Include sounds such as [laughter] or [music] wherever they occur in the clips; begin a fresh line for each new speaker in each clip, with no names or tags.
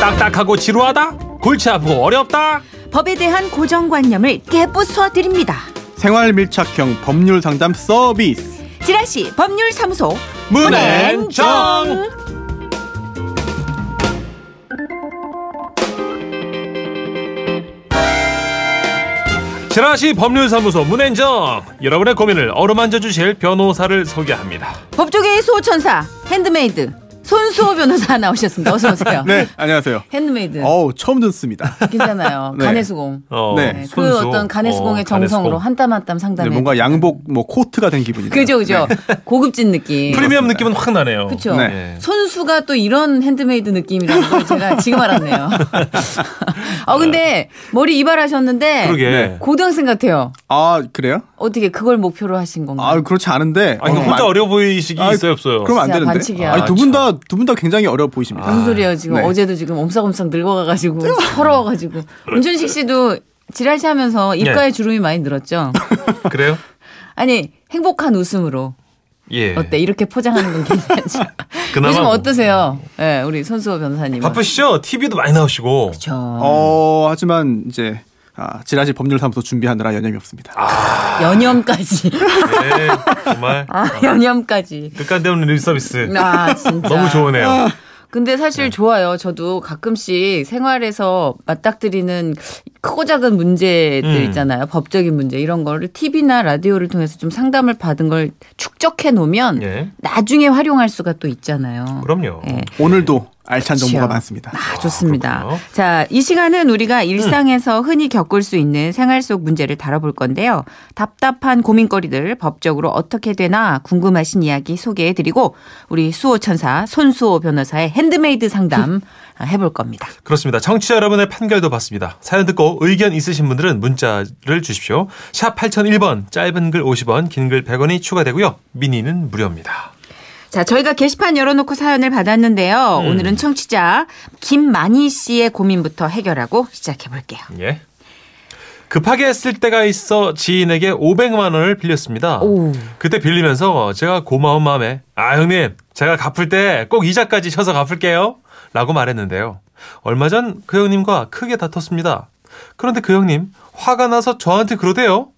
딱딱하고 지루하다? 골치 아프고 어렵다?
법에 대한 고정관념을 깨부숴 드립니다.
생활 밀착형 법률 상담 서비스
지라시 법률사무소
문앤정. 지라시 법률사무소 문앤정 여러분의 고민을 어루만져 주실 변호사를 소개합니다.
법조계의 수호천사 핸드메이드 손수호 변호사 [laughs] 나오셨습니다. 어서 오세요.
네 안녕하세요
핸드메이드
어우
[laughs]
처음 듣습니다
[laughs]
괜찮아요.
네.
간의 수공.
어,
네.
네, 그
손수.
어떤 간의 수공의
어, 간의
정성으로
수공.
한 땀 한 땀
네,
상담해.
뭔가 양복 뭐 코트가 된 기분이네요
그죠 그죠. 고급진 느낌.
프리미엄 느낌은 확 나네요.
그렇죠.
네.
예.
손수가 또 이런 핸드메이드 느낌이라는 걸 제가 지금 알았네요. [laughs] 어 근데 머리 이발하셨는데
네. 그러게.
네.
고등학생 같아요.
아 그래요?
어떻게 그걸 목표로 하신 건가요?
아 그렇지 않은데
아, 이거
어,
혼자
만-
어려 보이시기
아이,
있어요 없어요? 그렇죠.
그럼 안
진짜
되는데
반칙이야. 아.
아니 두 분 다 두 분 다 굉장히 어려
아,
보이십니다
무슨 소리예요 지금
네.
어제도 지금 옴싹옴싹
[laughs]
늙어가가지고 서러워가지고 문준식 씨도 지랄시
네.
하면서 입가에 주름이 많이 늘었죠
그래요?
아니 행복한 웃음으로
예.
어때 이렇게 포장하는 건 괜찮죠
[laughs] 그나마
요즘
뭐.
어떠세요 예 우리 손수호 변호사님
바쁘시죠? TV도 많이 나오시고.
저
어 하지만 이제 아, 지라시 법률사무소 준비하느라 여념이 없습니다
아.
연염까지 [laughs]
네, 정말
아 연염까지
극한데 없는 립 서비스.
아 진짜
너무 좋으네요.
근데 사실 좋아요. 저도 가끔씩 생활에서 맞닥뜨리는 크고 작은 문제들
음.
있잖아요. 법적인 문제 이런 거를 TV나 라디오를 통해서 좀 상담을 받은 걸 축적해 놓으면
예. 그렇죠.
나중에 활용할 수가 또 있잖아요.
그럼요.
예.
오늘도 알찬 정보가
그렇죠.
많습니다
아, 좋습니다.
그렇군요. 음.
자, 이 시간은 우리가 일상에서 흔히 겪을 수 있는 생활 속 문제를 다뤄볼 건데요. 답답한 고민거리들 법적으로 어떻게 되나 궁금하신 이야기 소개해드리고 우리 수호천사 손수호 변호사의
[laughs]
핸드메이드 상담 해볼 겁니다.
그렇습니다. 청취자 여러분의 판결도 받습니다. 사연 듣고 의견 있으신 분들은 문자를 주십시오. 샵 8001번, 짧은 글 50원, 긴 글 100원이 추가되고요. 미니는 무료입니다.
자, 저희가 게시판 열어놓고 사연을 받았는데요.
음.
오늘은 청취자 김만희 씨의 고민부터 해결하고 시작해볼게요.
예. 급하게 쓸 때가 있어 지인에게 500만 원을 빌렸습니다.
오.
그때 빌리면서 제가 고마운 마음에 아 형님 제가 갚을 때 꼭 이자까지 쳐서 갚을게요 라고 말했는데요. 얼마 전 그 형님과 크게 다퉜습니다. 그런데 그 형님 화가 나서 저한테 그러대요.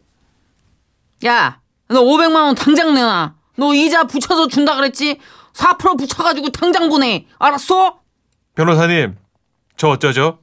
야, 너 500만 원 당장 내놔. 너 이자 붙여서 준다 그랬지? 4% 붙여가지고 당장 보내. 알았어?
변호사님, 저 어쩌죠?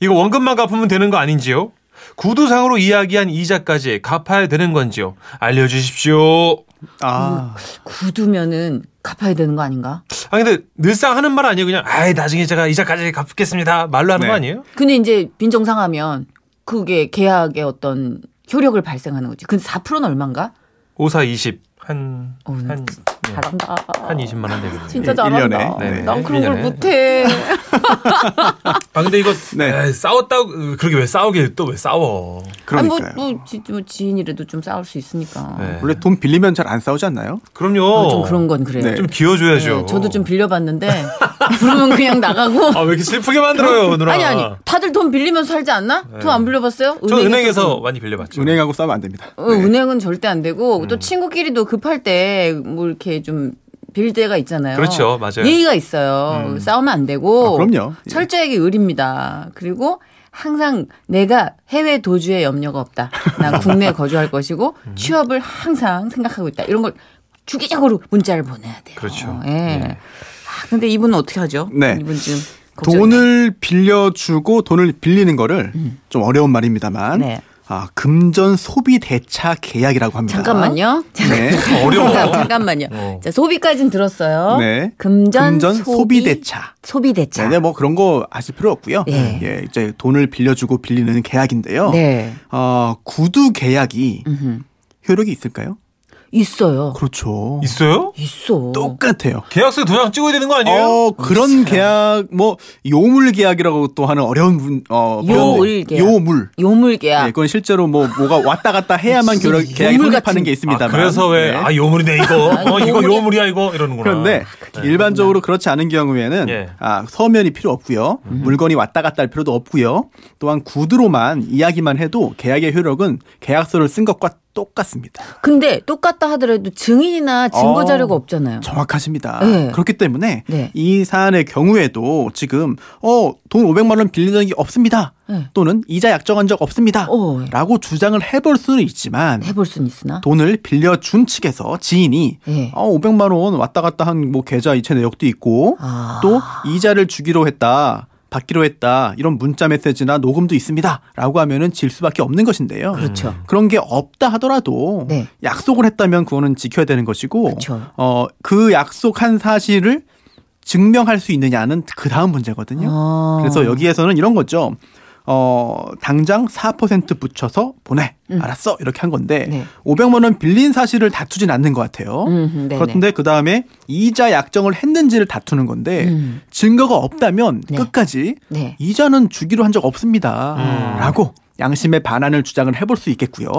이거 원금만 갚으면 되는 거 아닌지요? 구두상으로 이야기한 이자까지 갚아야 되는 건지요? 알려주십시오.
아
굳으면은 갚아야 되는 거 아닌가?
아 근데 늘상 하는 말 아니에요? 그냥 아이 나중에 제가 이자까지 갚겠습니다. 말로 하는
네.
거 아니에요?
근데 이제 빈정상하면 그게 계약의 어떤 효력을 발생하는 거지. 근데 4%는 얼마인가?
5사 20. 한,
어,
한, 예,
잘한다.
한 20만 원 되거든요.
진짜
네. 일-
잘한다.
일년에.
네.
난 그런 걸
일년에.
[laughs]
못해.
아, 근데 이거,
네.
에이, 싸웠다고, 그러게 왜 싸우길 또 왜 싸워.
그러니까요
아니, 뭐, 뭐, 지, 뭐 지인이라도 좀 싸울 수 있으니까.
네.
원래 돈 빌리면 잘 안 싸우지 않나요?
그럼요.
어, 좀 그런 건 그래요.
네. 어.
좀
네,
기워줘야죠.
저도 좀 빌려봤는데 [laughs] 부르면 그냥 나가고.
아, 왜 이렇게 슬프게 만들어요, 누나. 네.
아니 아니 다들 돈 빌리면서 살지 않나? 돈 안 빌려봤어요?
저
은행에서
은행에서 네.
돈-
많이 빌려봤죠.
은행하고 싸우면 안 됩니다
그렇죠. 어, 은행은 절대 안
음.
되고 또 친구끼리도 급할 때 뭐 이렇게 좀 빌 때가 있잖아요.
그렇죠, 맞아요. 음.
예의가 있어요. 싸우면 안 되고.
아, 그럼요. 예.
철저하게 의리입니다. 그리고 항상 내가 해외 도주의 염려가 없다. 난
[laughs]
국내에 거주할 것이고
음.
취업을 항상 생각하고 있다. 이런 걸 주기적으로 문자를 보내야 돼요.
그렇죠.
예. 아, 근데 이분은 어떻게 하죠?
네.
이분 지금 걱정이네.
돈을 빌려주고 돈을 빌리는 거를 좀 어려운
음.
말입니다만
네.
아 금전 소비 대차 계약이라고 합니다.
잠깐만요. [laughs]
네.
[laughs]
어려워.
잠깐만요.
어.
자, 소비까진 들었어요.
네.
금전,
소비 대차.
소비 대차.
네, 뭐 그런 거 아실 필요 없고요.
예.
예, 이제 돈을 빌려주고 빌리는 계약인데요.
네.
어, 구두 계약이 효력이 있을까요?
있어요.
그렇죠.
있어요?
있어.
똑같아요.
계약서에 도장 찍어야 되는 거 아니에요?
어, 그런 계약 뭐 요물 계약이라고 또 하는 어려운 분, 어,
요물
표현인데.
계약.
요물.
요물
예,
계약.
그건 실제로 뭐 뭐가 왔다 갔다 해야만
무슨
결혼- 계약이
요물
성립하는
같은-
게 있습니다.
아, 그래서 왜, 아, 요물이네,
[laughs]
이거.
아,
어, 이거
요물이야.
요물이야, 이거. 이러는구나.
그런데 네. 일반적으로 그렇지 않은 경우에는
예. 음.
아, 서면이 필요 없고요. 물건이 왔다 갔다 할 필요도 없고요. 또한 구두로만 이야기만 해도 계약의 효력은 계약서를 쓴 것과 똑같습니다.
근데 똑같다 하더라도 증인이나 증거
어.
자료가 없잖아요.
정확하십니다.
예.
네.
그렇기 때문에
네.
이 사안의 경우에도 지금 어 돈 500만 원 빌린 적이 없습니다.
예.
네.
또는 이자 약정한 적 없습니다.
어,
라고 주장을 해볼 수는
네.
있지만
해볼 순 있으나.
아. 돈을 빌려준 측에서 지인이
예.
어, 500만 원 왔다 갔다 한 뭐 계좌 이체 내역도 있고
아.
또 이자를 주기로 했다. 받기로 했다. 이런 문자 메시지나 녹음도 있습니다. 라고 하면은 질 수밖에 없는 것인데요.
그렇죠.
그런 게 없다 하더라도
네. 그렇죠.
약속을 했다면 그거는 지켜야 되는 것이고
그쵸.
어, 그 약속한 사실을 증명할 수 있느냐는 그 다음 문제거든요.
아.
그래서 여기에서는 이런 거죠. 어, 당장 4% 붙여서 보내. 알았어. 이렇게 한 건데
음. 네.
500만 원 빌린 사실을 다투진 않는 것 같아요.
음, 네네.
그런데 그 다음에 이자 약정을 했는지를 다투는 건데
음.
증거가 없다면
네.
끝까지
네.
이자는 주기로 한 적 없습니다.
음.
라고 양심의 반환을 주장을 해볼 수
[laughs]
있겠고요.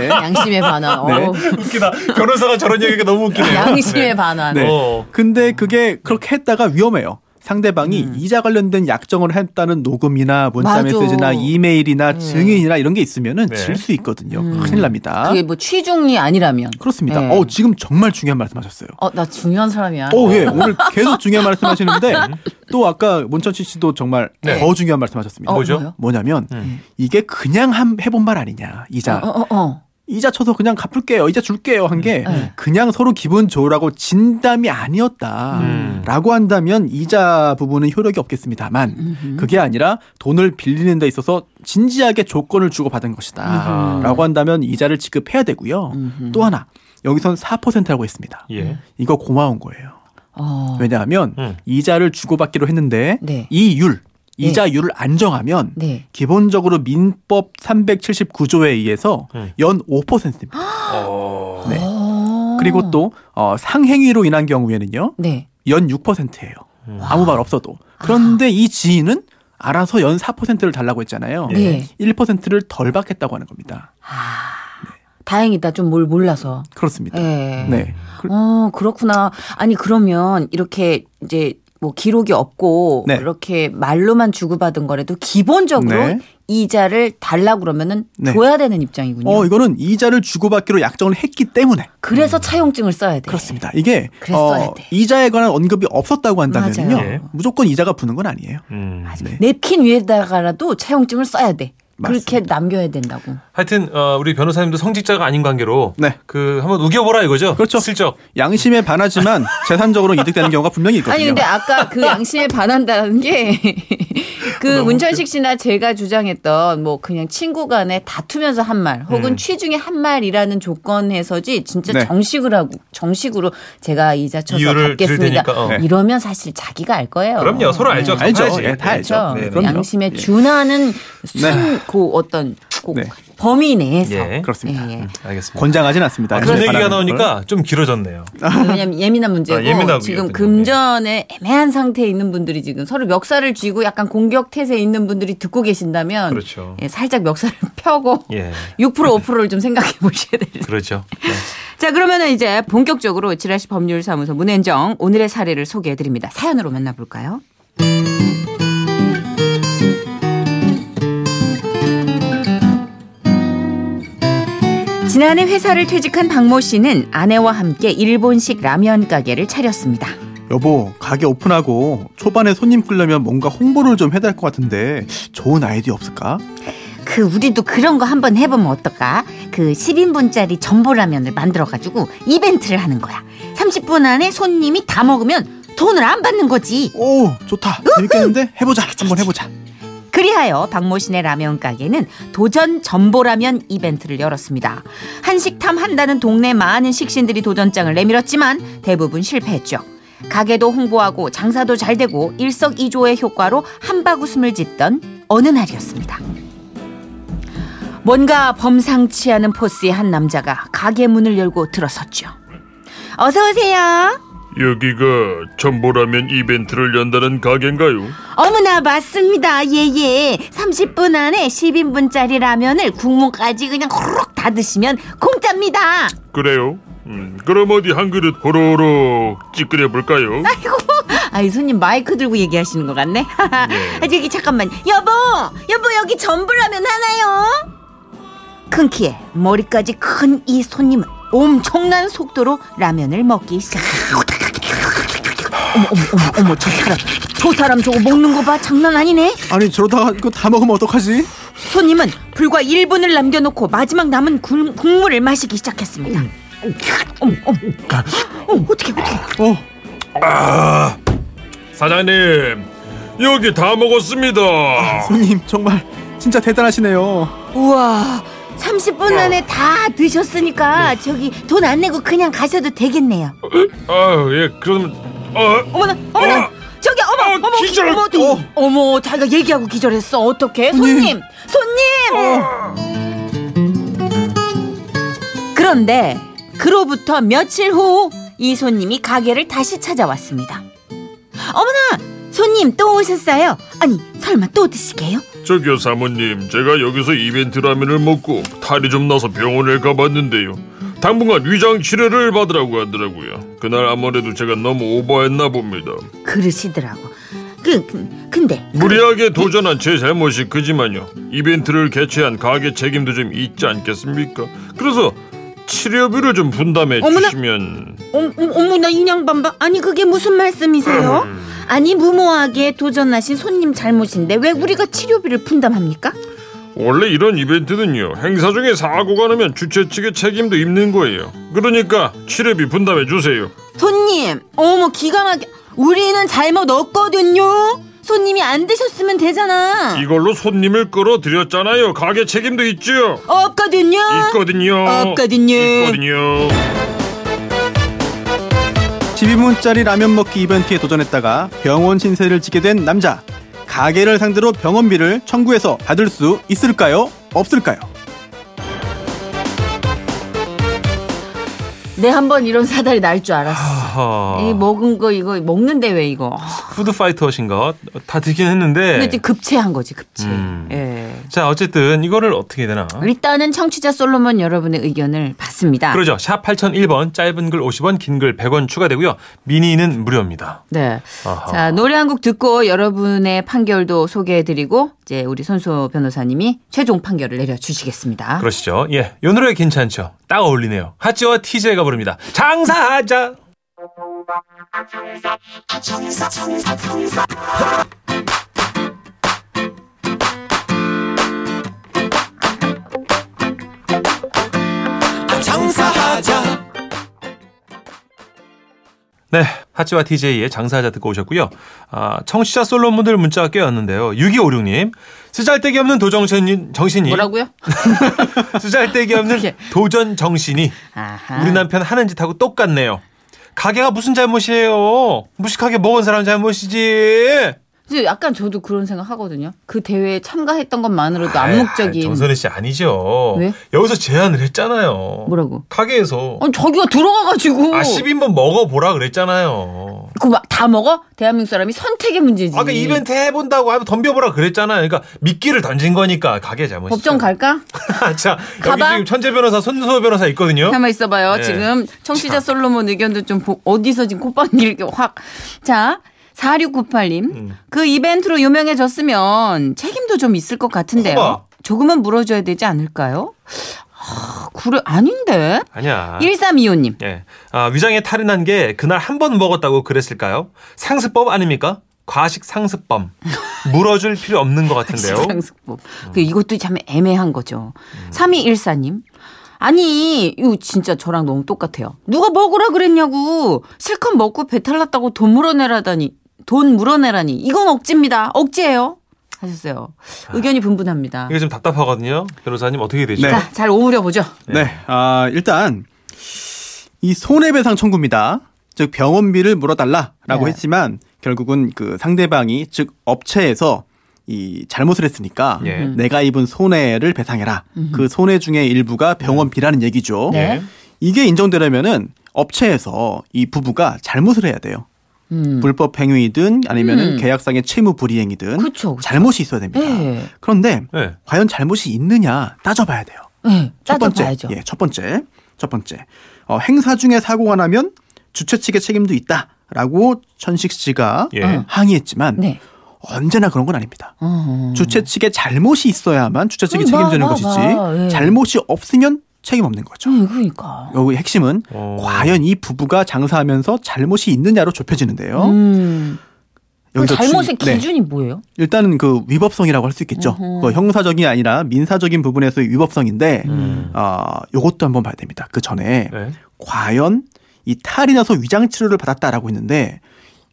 네.
양심의 반환.
네.
어우,
[laughs] 웃기다. 변호사가 저런 얘기가 너무 웃기네요.
양심의 반환.
네.
어.
근데 그게 그렇게 했다가 위험해요. 상대방이 이자 관련된 약정을 했다는 녹음이나 문자
음. 맞아. 음.
메시지나 이메일이나 증인이나 이런 게 있으면은
네.
질 수 있거든요. 큰일 납니다.
그게 뭐 취중이 아니라면.
그렇습니다.
네.
어, 지금 정말 중요한 말씀하셨어요.
어, 나 중요한 사람이야.
어, 예. 오늘 계속 중요한 말씀하시는데 또 아까 문천식 씨도 정말
음. 네.
더 중요한 말씀하셨습니다.
어,
뭐죠?
뭐요?
뭐냐면
음.
이게 그냥 함- 해본 말 아니냐 이자
어, 어, 어.
이자 쳐서 그냥 갚을게요. 이자 줄게요. 한 게
음.
그냥 서로 기분 좋으라고 진담이
음.
아니었다라고 한다면 이자 부분은 효력이 없겠습니다만
음흠.
그게 아니라 돈을 빌리는 데 있어서 진지하게 조건을 주고받은 것이다라고 한다면 이자를 지급해야 되고요.
음흠.
또 하나 여기선 4%라고 했습니다.
예.
이거 고마운 거예요.
어.
왜냐하면
음.
이자를 주고받기로 했는데
네.
이율 이자율을 안정하면
네.
기본적으로 민법 379조에 의해서
음.
연
아.
5%입니다.
어.
네.
어.
그리고 또 어, 상행위로 인한 경우에는요
네.
연 6%예요.
음.
아무 말 없어도.
아.
그런데 이 지인은 알아서 연 4%를 달라고 했잖아요.
네.
1%를 덜 받겠다고 하는 겁니다.
다행이다. 좀 뭘 몰라서.
그렇습니다.
예.
네. 그-
어, 그렇구나. 아니, 그러면 이렇게 이제 뭐 기록이 없고
네.
이렇게 말로만 주고받은 거라도 기본적으로
네.
이자를 달라 그러면은
네.
줘야 되는 입장이군요.
어 이거는 이자를 주고받기로 약정을 했기 때문에
그래서 차용증을 써야 돼.
그렇습니다. 이게
그랬어야 돼.
이자에 관한 언급이 없었다고 한다면요
맞아요.
예.
무조건 이자가 부는 건 아니에요.
음.
네.
냅킨 위에다가라도 차용증을 써야 돼. 그렇게
맞습니다.
남겨야 된다고.
하여튼 어, 우리 변호사님도 성직자가 아닌 관계로
네.
그 한번 우겨보라 이거죠.
그렇죠.
슬쩍.
양심에 반하지만 재산적으로 이득되는 경우가 분명히 있거든요.
아니 근데 아까
[laughs]
그 양심에 반한다는 게 그 문천식 씨나 제가 주장했던 뭐 그냥 친구 간에 다투면서 한 말 혹은
음.
취중에 한 말이라는 조건에서지 진짜
네.
정식을 하고 정식으로 제가 이자 쳐서
이유를 들
갚겠습니다.
테니까, 어.
네.
이러면 사실 자기가 알 거예요.
그럼요. 서로 알죠.
네.
알죠.
갚아야지.
예, 다 알죠.
그렇죠.
네,
그럼요.
양심에
예.
준하는 순고 어떤 그
네.
범위 내에서
예.
그렇습니다.
예, 예.
음, 알겠습니다.
권장하진 않습니다. 네,
아,
양심에
그런 얘기가
반하는 걸. 아.
나오니까 좀 길어졌네요.
그 왜냐면 예민한 문제고
아, 예민하고요,
지금
그냥.
금전에 애매한 상태에 있는 분들이 지금 서로 멱살을 쥐고 약간 공격 태세에 있는 분들이 듣고 계신다면
그렇죠.
예, 살짝 멱살을 [laughs] 펴고
예.
6% 5%를 좀 생각해 보셔야 돼요.
그렇죠.
자, 그러면은 이제 본격적으로 지라시 법률사무소 문현정 오늘의 사례를 소개해 드립니다. 사연으로 만나볼까요? 지난해 회사를 퇴직한 박모 씨는 아내와 함께 일본식 라면 가게를 차렸습니다.
여보 가게 오픈하고 초반에 손님 끌려면 뭔가 홍보를 좀 해야 될 것 같은데 좋은 아이디어 없을까?
그 우리도 그런 거 한번 해보면 어떨까? 그 10인분짜리 전보라면을 만들어가지고 이벤트를 하는 거야. 30분 안에 손님이 다 먹으면 돈을 안 받는 거지.
오 좋다 재밌겠는데 해보자 한번 해보자.
그리하여 박모신의 라면 가게는 도전 전보라면 이벤트를 열었습니다. 한식탐 한다는 동네 많은 식신들이 도전장을 내밀었지만 대부분 실패했죠. 가게도 홍보하고 장사도 잘 되고 일석이조의 효과로 한바구음을 짓던 어느 날이었습니다. 뭔가 범상치 않은 포스의 한 남자가 가게 문을 열고 들어섰죠. 어서 오세요.
여기가 전보라면 이벤트를 연다는 가게인가요?
어머나 맞습니다 예예 30분 안에 10인분짜리 라면을 국물까지 그냥 호록 다 드시면 공짜입니다
그래요? 음, 그럼 어디 한 그릇 호로록 찌끄려 볼까요?
아이고 아이 손님 마이크 들고 얘기하시는 것 같네 [laughs] 아 저기 잠깐만 여보 여보 여기 전불라면 하나요 큰 키에 머리까지 큰 이 손님은 엄청난 속도로 라면을 먹기 시작했습니다. 어머 어머 어머 어머 저 사람 저 사람 저거 먹는 거 봐 장난 아니네.
아니 저러다가 이거 다 먹으면 어떡하지?
손님은 불과 1분을 남겨놓고 마지막 남은 굴- 국물을 마시기 시작했습니다. 어머 어머 어머 어떻게 어떻게
어,
사장님 여기 다 먹었습니다.
손님 정말 진짜 대단하시네요.
우와 30분 안에 다 드셨으니까 저기 돈 안 내고 그냥 가셔도 되겠네요.
아예 그럼 아
어머나 어머나
어.
저기 어머
어,
어머 기-
기절.
어머 네. 또 어머 자기가 얘기하고 기절했어 어떻게 손님 손님 그런데 그로부터 며칠 후 이 손님이 가게를 다시 찾아왔습니다 어머나 손님 또 오셨어요 아니 설마 또 드시게요
저기요 사모님 제가 여기서 이벤트 라면을 먹고 탈이 좀 나서 병원을 가봤는데요. 당분간 위장 치료를 받으라고 하더라고요. 그날 아무래도 제가 너무 오버했나 봅니다.
그러시더라고 그, 그 근데
무리하게 도전한 제 잘못이 크지만요. 이벤트를 개최한 가게 책임도 좀 있지 않겠습니까? 그래서 치료비를 좀 분담해
어머나.
주시면
어머, 어머나 인양반바 아니 그게 무슨 말씀이세요? 아니 무모하게 도전하신 손님 잘못인데 왜 우리가 치료비를 분담합니까?
원래 이런 이벤트는요 행사 중에 사고가 나면 주최 측의 책임도 입는 거예요. 그러니까 치료비 분담해 주세요.
손님 어머 기가 막혀 우리는 잘못 없거든요 손님이 안 드셨으면 되잖아
이걸로 손님을 끌어들였잖아요. 가게 책임도 있죠.
없거든요
있거든요.
없거든요.
있거든요.
12분짜리 라면 먹기 이벤트에 도전했다가 병원 신세를 지게 된 남자. 가게를 상대로 병원비를 청구해서 받을 수 있을까요? 없을까요?
내 한 번 이런 사달이 날 줄 알았어.
아하.
이 뭐- 먹은 거 이거 먹는데 왜 이거?
푸드 파이터신 것 다 드긴 했는데.
근데 이제 급체한 거지 급체.
네. 음.
예.
자 어쨌든 이거를 어떻게 해야 되나?
일단은 청취자 솔로몬 여러분의 의견을 받습니다.
그러죠. 샵 8001번 짧은 글 50원, 긴 글 100원 추가되고요. 미니는 무료입니다.
네.
아하.
자 노래 한 곡 듣고 여러분의 판결도 소개해드리고 이제 우리 손소 변호사님이 최종 판결을 내려주시겠습니다.
그러시죠. 예. 요 노래 괜찮죠. 딱 어울리네요. 하츠와 티제가 부릅니다. 장사하자. 네. 하츠와 TJ의 장사하자 듣고 오셨고요. 아, 청취자 솔로몬들 문자가 껴였는데요. 6256님. 쓰잘데기 없는 도정신이, 정신이. [laughs]
뭐라고요?
쓰잘데기 없는
어떡해.
도전 정신이
아하.
우리 남편 하는 짓하고 똑같네요. 가게가 무슨 잘못이에요? 무식하게 먹은 사람 잘못이지.
이제 약간 저도 그런 생각 하거든요. 그 대회에 참가했던 것만으로도
아이,
암묵적인
정선혜 씨 아니죠.
왜?
여기서 제안을 했잖아요.
뭐라고?
가게에서
어, 저기가 들어가가지고
아 10인분 먹어보라 그랬잖아요.
그막다 먹어? 대한민국 사람이 선택의 문제지.
아까 그 이벤트 해본다고 하면 덤벼보라 그랬잖아요. 그러니까 미끼를 던진 거니까 가게 잘못이죠.
법정 갈까?
[laughs] 자 여기
가봐.
지금 천재 변호사 손수호 변호사 있거든요.
가만 있어봐요.
네.
지금 청취자 솔로몬 의견도 좀 보- 어디서 지금 콧방귀를 이렇게 확. 자. 4698님, 그 이벤트로 유명해졌으면 책임도 좀 있을 것 같은데요.
허봐.
조금은 물어줘야 되지 않을까요? 아, 그래, 아닌데?
아니야.
1325님,
예. 아, 위장에 탈이 난 게 그날 한 번 먹었다고 그랬을까요? 상습법 아닙니까? 과식 상습범. 물어줄 필요 없는 것
[laughs]
같은데요.
식상수법. 그 이것도 참 애매한 거죠. 3214님. 아니, 이거 진짜 저랑 너무 똑같아요. 누가 먹으라 그랬냐고. 실컷 먹고 배탈 났다고 돈 물어내라다니. 돈 물어내라니. 이건 억지입니다. 억지예요. 하셨어요. 의견이 분분합니다.
이거 좀 답답하거든요. 변호사님 어떻게 되죠?
네.
자, 잘 오므려 보죠.
네. 아, 일단 이 손해배상 청구입니다. 즉 병원비를 물어달라라고
네.
했지만 결국은 그 상대방이 즉 업체에서 이 잘못을 했으니까
예.
내가 입은 손해를 배상해라. 그 손해 중에 일부가 병원비라는 얘기죠.
네.
이게 인정되려면은 업체에서 이 부부가 잘못을 해야 돼요.
음.
불법 행위든 아니면은
음.
계약상의 채무 불이행이든
그쵸, 그쵸.
잘못이 있어야 됩니다.
예.
그런데
네.
과연 잘못이 있느냐 따져봐야 돼요.
네,
첫 번째,
따져봐야죠.
예, 첫 번째, 첫 번째. 어, 행사 중에 사고가 나면 주최 측의 책임도 있다라고 천식 씨가 어,
예.
항의했지만
네.
언제나 그런 건 아닙니다.
어.
주최 측의 잘못이 있어야만 주최 측이
그럼 봐,
책임지는
봐,
것이지
봐. 예.
잘못이 없으면 책임 없는 거죠.
어,
음, 그러니까.
여기 핵심은
어.
과연 이 부부가 장사하면서 잘못이 있느냐로 좁혀지는데요.
음. 그
어? 여기서
잘못의
주- 네.
기준이 뭐예요?
일단은 그 위법성이라고 할 수 있겠죠.
어허.
그 형사적이 아니라 민사적인 부분에서의 위법성인데
음.
아 요것도 한번 봐야 됩니다. 그 전에
네.
과연 이 탈이 나서 위장 치료를 받았다라고 했는데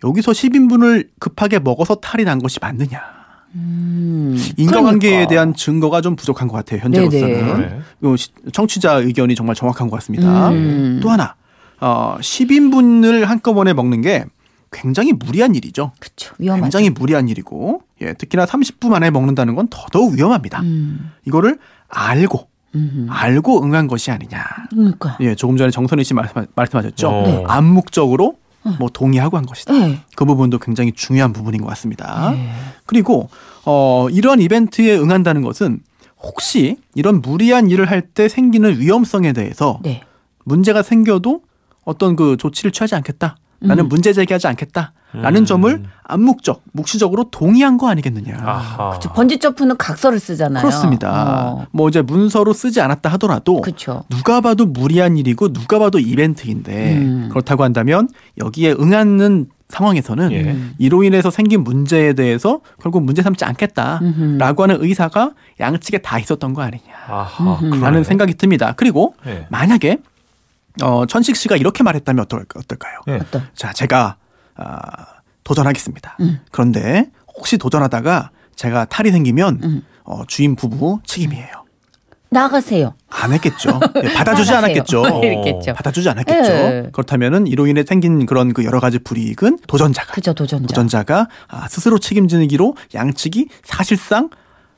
여기서 10인분을 급하게 먹어서 탈이 난 것이 맞느냐.
음.
인과관계에
그러니까.
대한 증거가 좀 부족한 것 같아요. 현재로서는.
네네.
요 시- 청취자 의견이 정말 정확한 것 같습니다.
음.
또 하나 어, 10인분을 한꺼번에 먹는 게 굉장히 무리한 일이죠.
그쵸. 위험하죠.
굉장히 무리한 일이고 예, 특히나 30분 안에 먹는다는 건 더더욱 위험합니다.
음.
이거를 알고
음.
알고 응한 것이 아니냐.
그러니까.
예, 조금 전에 정선희 씨 말씀, 말씀하셨죠.
어. 네.
암묵적으로 뭐 동의하고 한 것이다.
네.
그 부분도 굉장히 중요한 부분인 것 같습니다.
예.
그리고 어, 이런 이벤트에 응한다는 것은 혹시 이런 무리한 일을 할 때 생기는 위험성에 대해서
네.
문제가 생겨도 어떤 그 조치를 취하지 않겠다.
음.
나는 문제 제기하지 않겠다. 라는
음.
점을 암묵적, 묵시적으로 동의한 거 아니겠느냐.
아하.
저 번지 점프는 각서를 쓰잖아요.
그렇습니다.
어.
뭐 이제 문서로 쓰지 않았다 하더라도
그쵸.
누가 봐도 무리한 일이고 누가 봐도 이벤트인데
음.
그렇다고 한다면 여기에 응하는 상황에서는
예.
이로 인해서 생긴 문제에 대해서 결국 문제 삼지
음흠.
않겠다라고 하는 의사가 양측에 다 있었던 거 아니냐
아하.
음.
라는
그러네요.
생각이 듭니다. 그리고
예.
만약에 어, 천식 씨가 이렇게 말했다면 어떨, 어떨까요?
예.
어떤?
자, 제가 아, 도전하겠습니다.
음.
그런데 혹시 도전하다가 제가 탈이 생기면
음.
어, 주인 부부 책임이에요.
나가세요.
안
[laughs]
했겠죠. 예, 받아주지
나가세요. [laughs] 네,
않았겠죠. 네.
이랬겠죠.
받아주지 않았겠죠.
예.
그렇다면은 이로 인해 생긴 그런 그 여러 가지 불이익은 도전자가
그죠 도전자.
도전자가 아, 스스로 책임지기로 양측이 사실상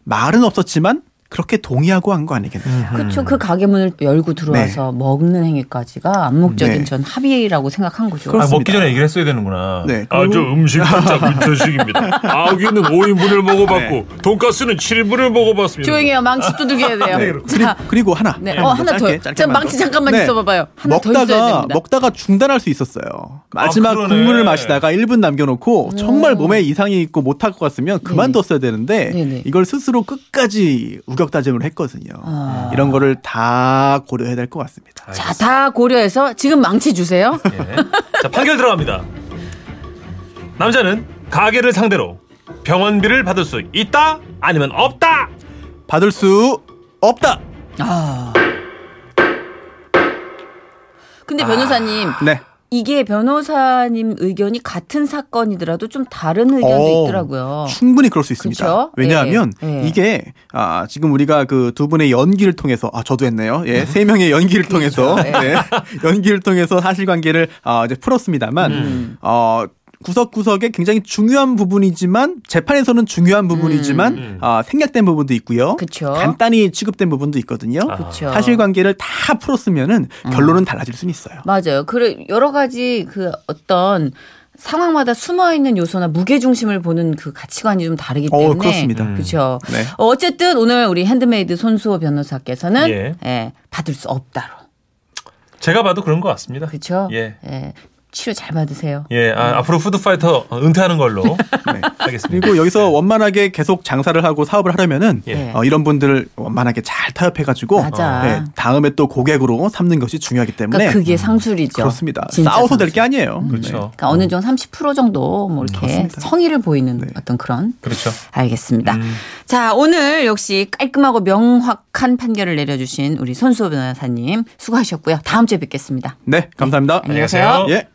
말은 없었지만 그렇게 동의하고 한 거 아니겠느냐.
그쵸. 그 가게 문을 열고 들어와서 먹는 행위까지가 암묵적인
네.
전 합의라고 생각한 거죠.
아,
그렇습니다.
먹기 전에 얘기를 했어야 되는구나.
네.
아
[laughs]
저 음식
[laughs]
진짜 문천식입니다. 아귀는 5인분을 먹어봤고 돈가스는 7인분을 먹어봤습니다.
아, 조용히 해요. 망치 두들겨야 돼요.
아, 네, 그리고,
네, 자,
그리고 하나.
네. 어, 하나 더요. 자, 망치 잠깐만
네.
있어봐봐요. 하나 더 있어야
먹다가
됩니다.
먹다가 중단할 수 있었어요. 마지막
아, 그러네.
국물을 마시다가 1분 남겨놓고 정말 몸에 이상이 있고 못할 것 같으면 그만뒀어야 되는데
음. 네네.
이걸 스스로 끝까지 우격다짐을 했거든요.
아.
이런 거를 다 고려해야 될 것 같습니다.
자, 다 고려해서 지금 망치 주세요.
네.
예. 자, 판결 들어갑니다. 남자는 가게를 상대로 병원비를 받을 수 있다 아니면 없다.
받을 수 없다.
아. 근데 변호사님,
네.
이게 변호사님 의견이 같은 사건이더라도 좀 다른 의견도
어,
있더라고요.
충분히 그럴 수 있습니다.
그쵸?
왜냐하면
예, 예.
이게 아, 지금 우리가 그 두 분의 연기를 통해서 아 저도 했네요. 예, 세 명의 연기를 통해서
음. 예.
예, [laughs] 연기를 통해서 사실관계를 아, 이제 풀었습니다만
음.
어. 구석구석에 굉장히 중요한 부분이지만 재판에서는 중요한 부분이지만 아, 생략된 부분도 있고요.
음, 그쵸. 아.
간단히 취급된 부분도 있거든요.
그쵸. 음.
사실관계를 다 풀었으면은 결론은 달라질 수는 있어요.
맞아요. 그래 여러 가지 그 어떤 상황마다 숨어 있는 요소나 무게 중심을 보는 그 가치관이 좀 다르기
어,
때문에
그렇습니다.
음.
그렇죠.
네.
어, 어쨌든 오늘 우리 핸드메이드 손수호 변호사께서는
예.
예. 받을 수 없다로.
제가 봐도 그런 것 같습니다.
그렇죠?
예.
치료 잘 받으세요.
예, 아, 앞으로 푸드파이터 은퇴하는
[laughs]
걸로
네.
하겠습니다.
아,
그리고 여기서 원만하게 계속 장사를 하고 사업을 하려면은
예.
어, 이런 분들을 원만하게 잘 타협해가지고
맞아.
네, 다음에 또 고객으로 삼는 것이 중요하기 때문에
그러니까 그게 상술이죠.
렇습니다
진짜
네. 싸워서 될
상술.
게 아니에요.
그렇죠.
그러니까 어느 정도 30% 정도 뭐 이렇게
그렇습니다. 네.
성의를 보이는 어떤 그런
그렇죠.
알겠습니다. 자, 오늘 역시 깔끔하고 명확한 판결을 내려주신 우리 손수호 변호사님 수고하셨고요. 다음 주에 뵙겠습니다.
네, 감사합니다.
안녕히
계세요.
예.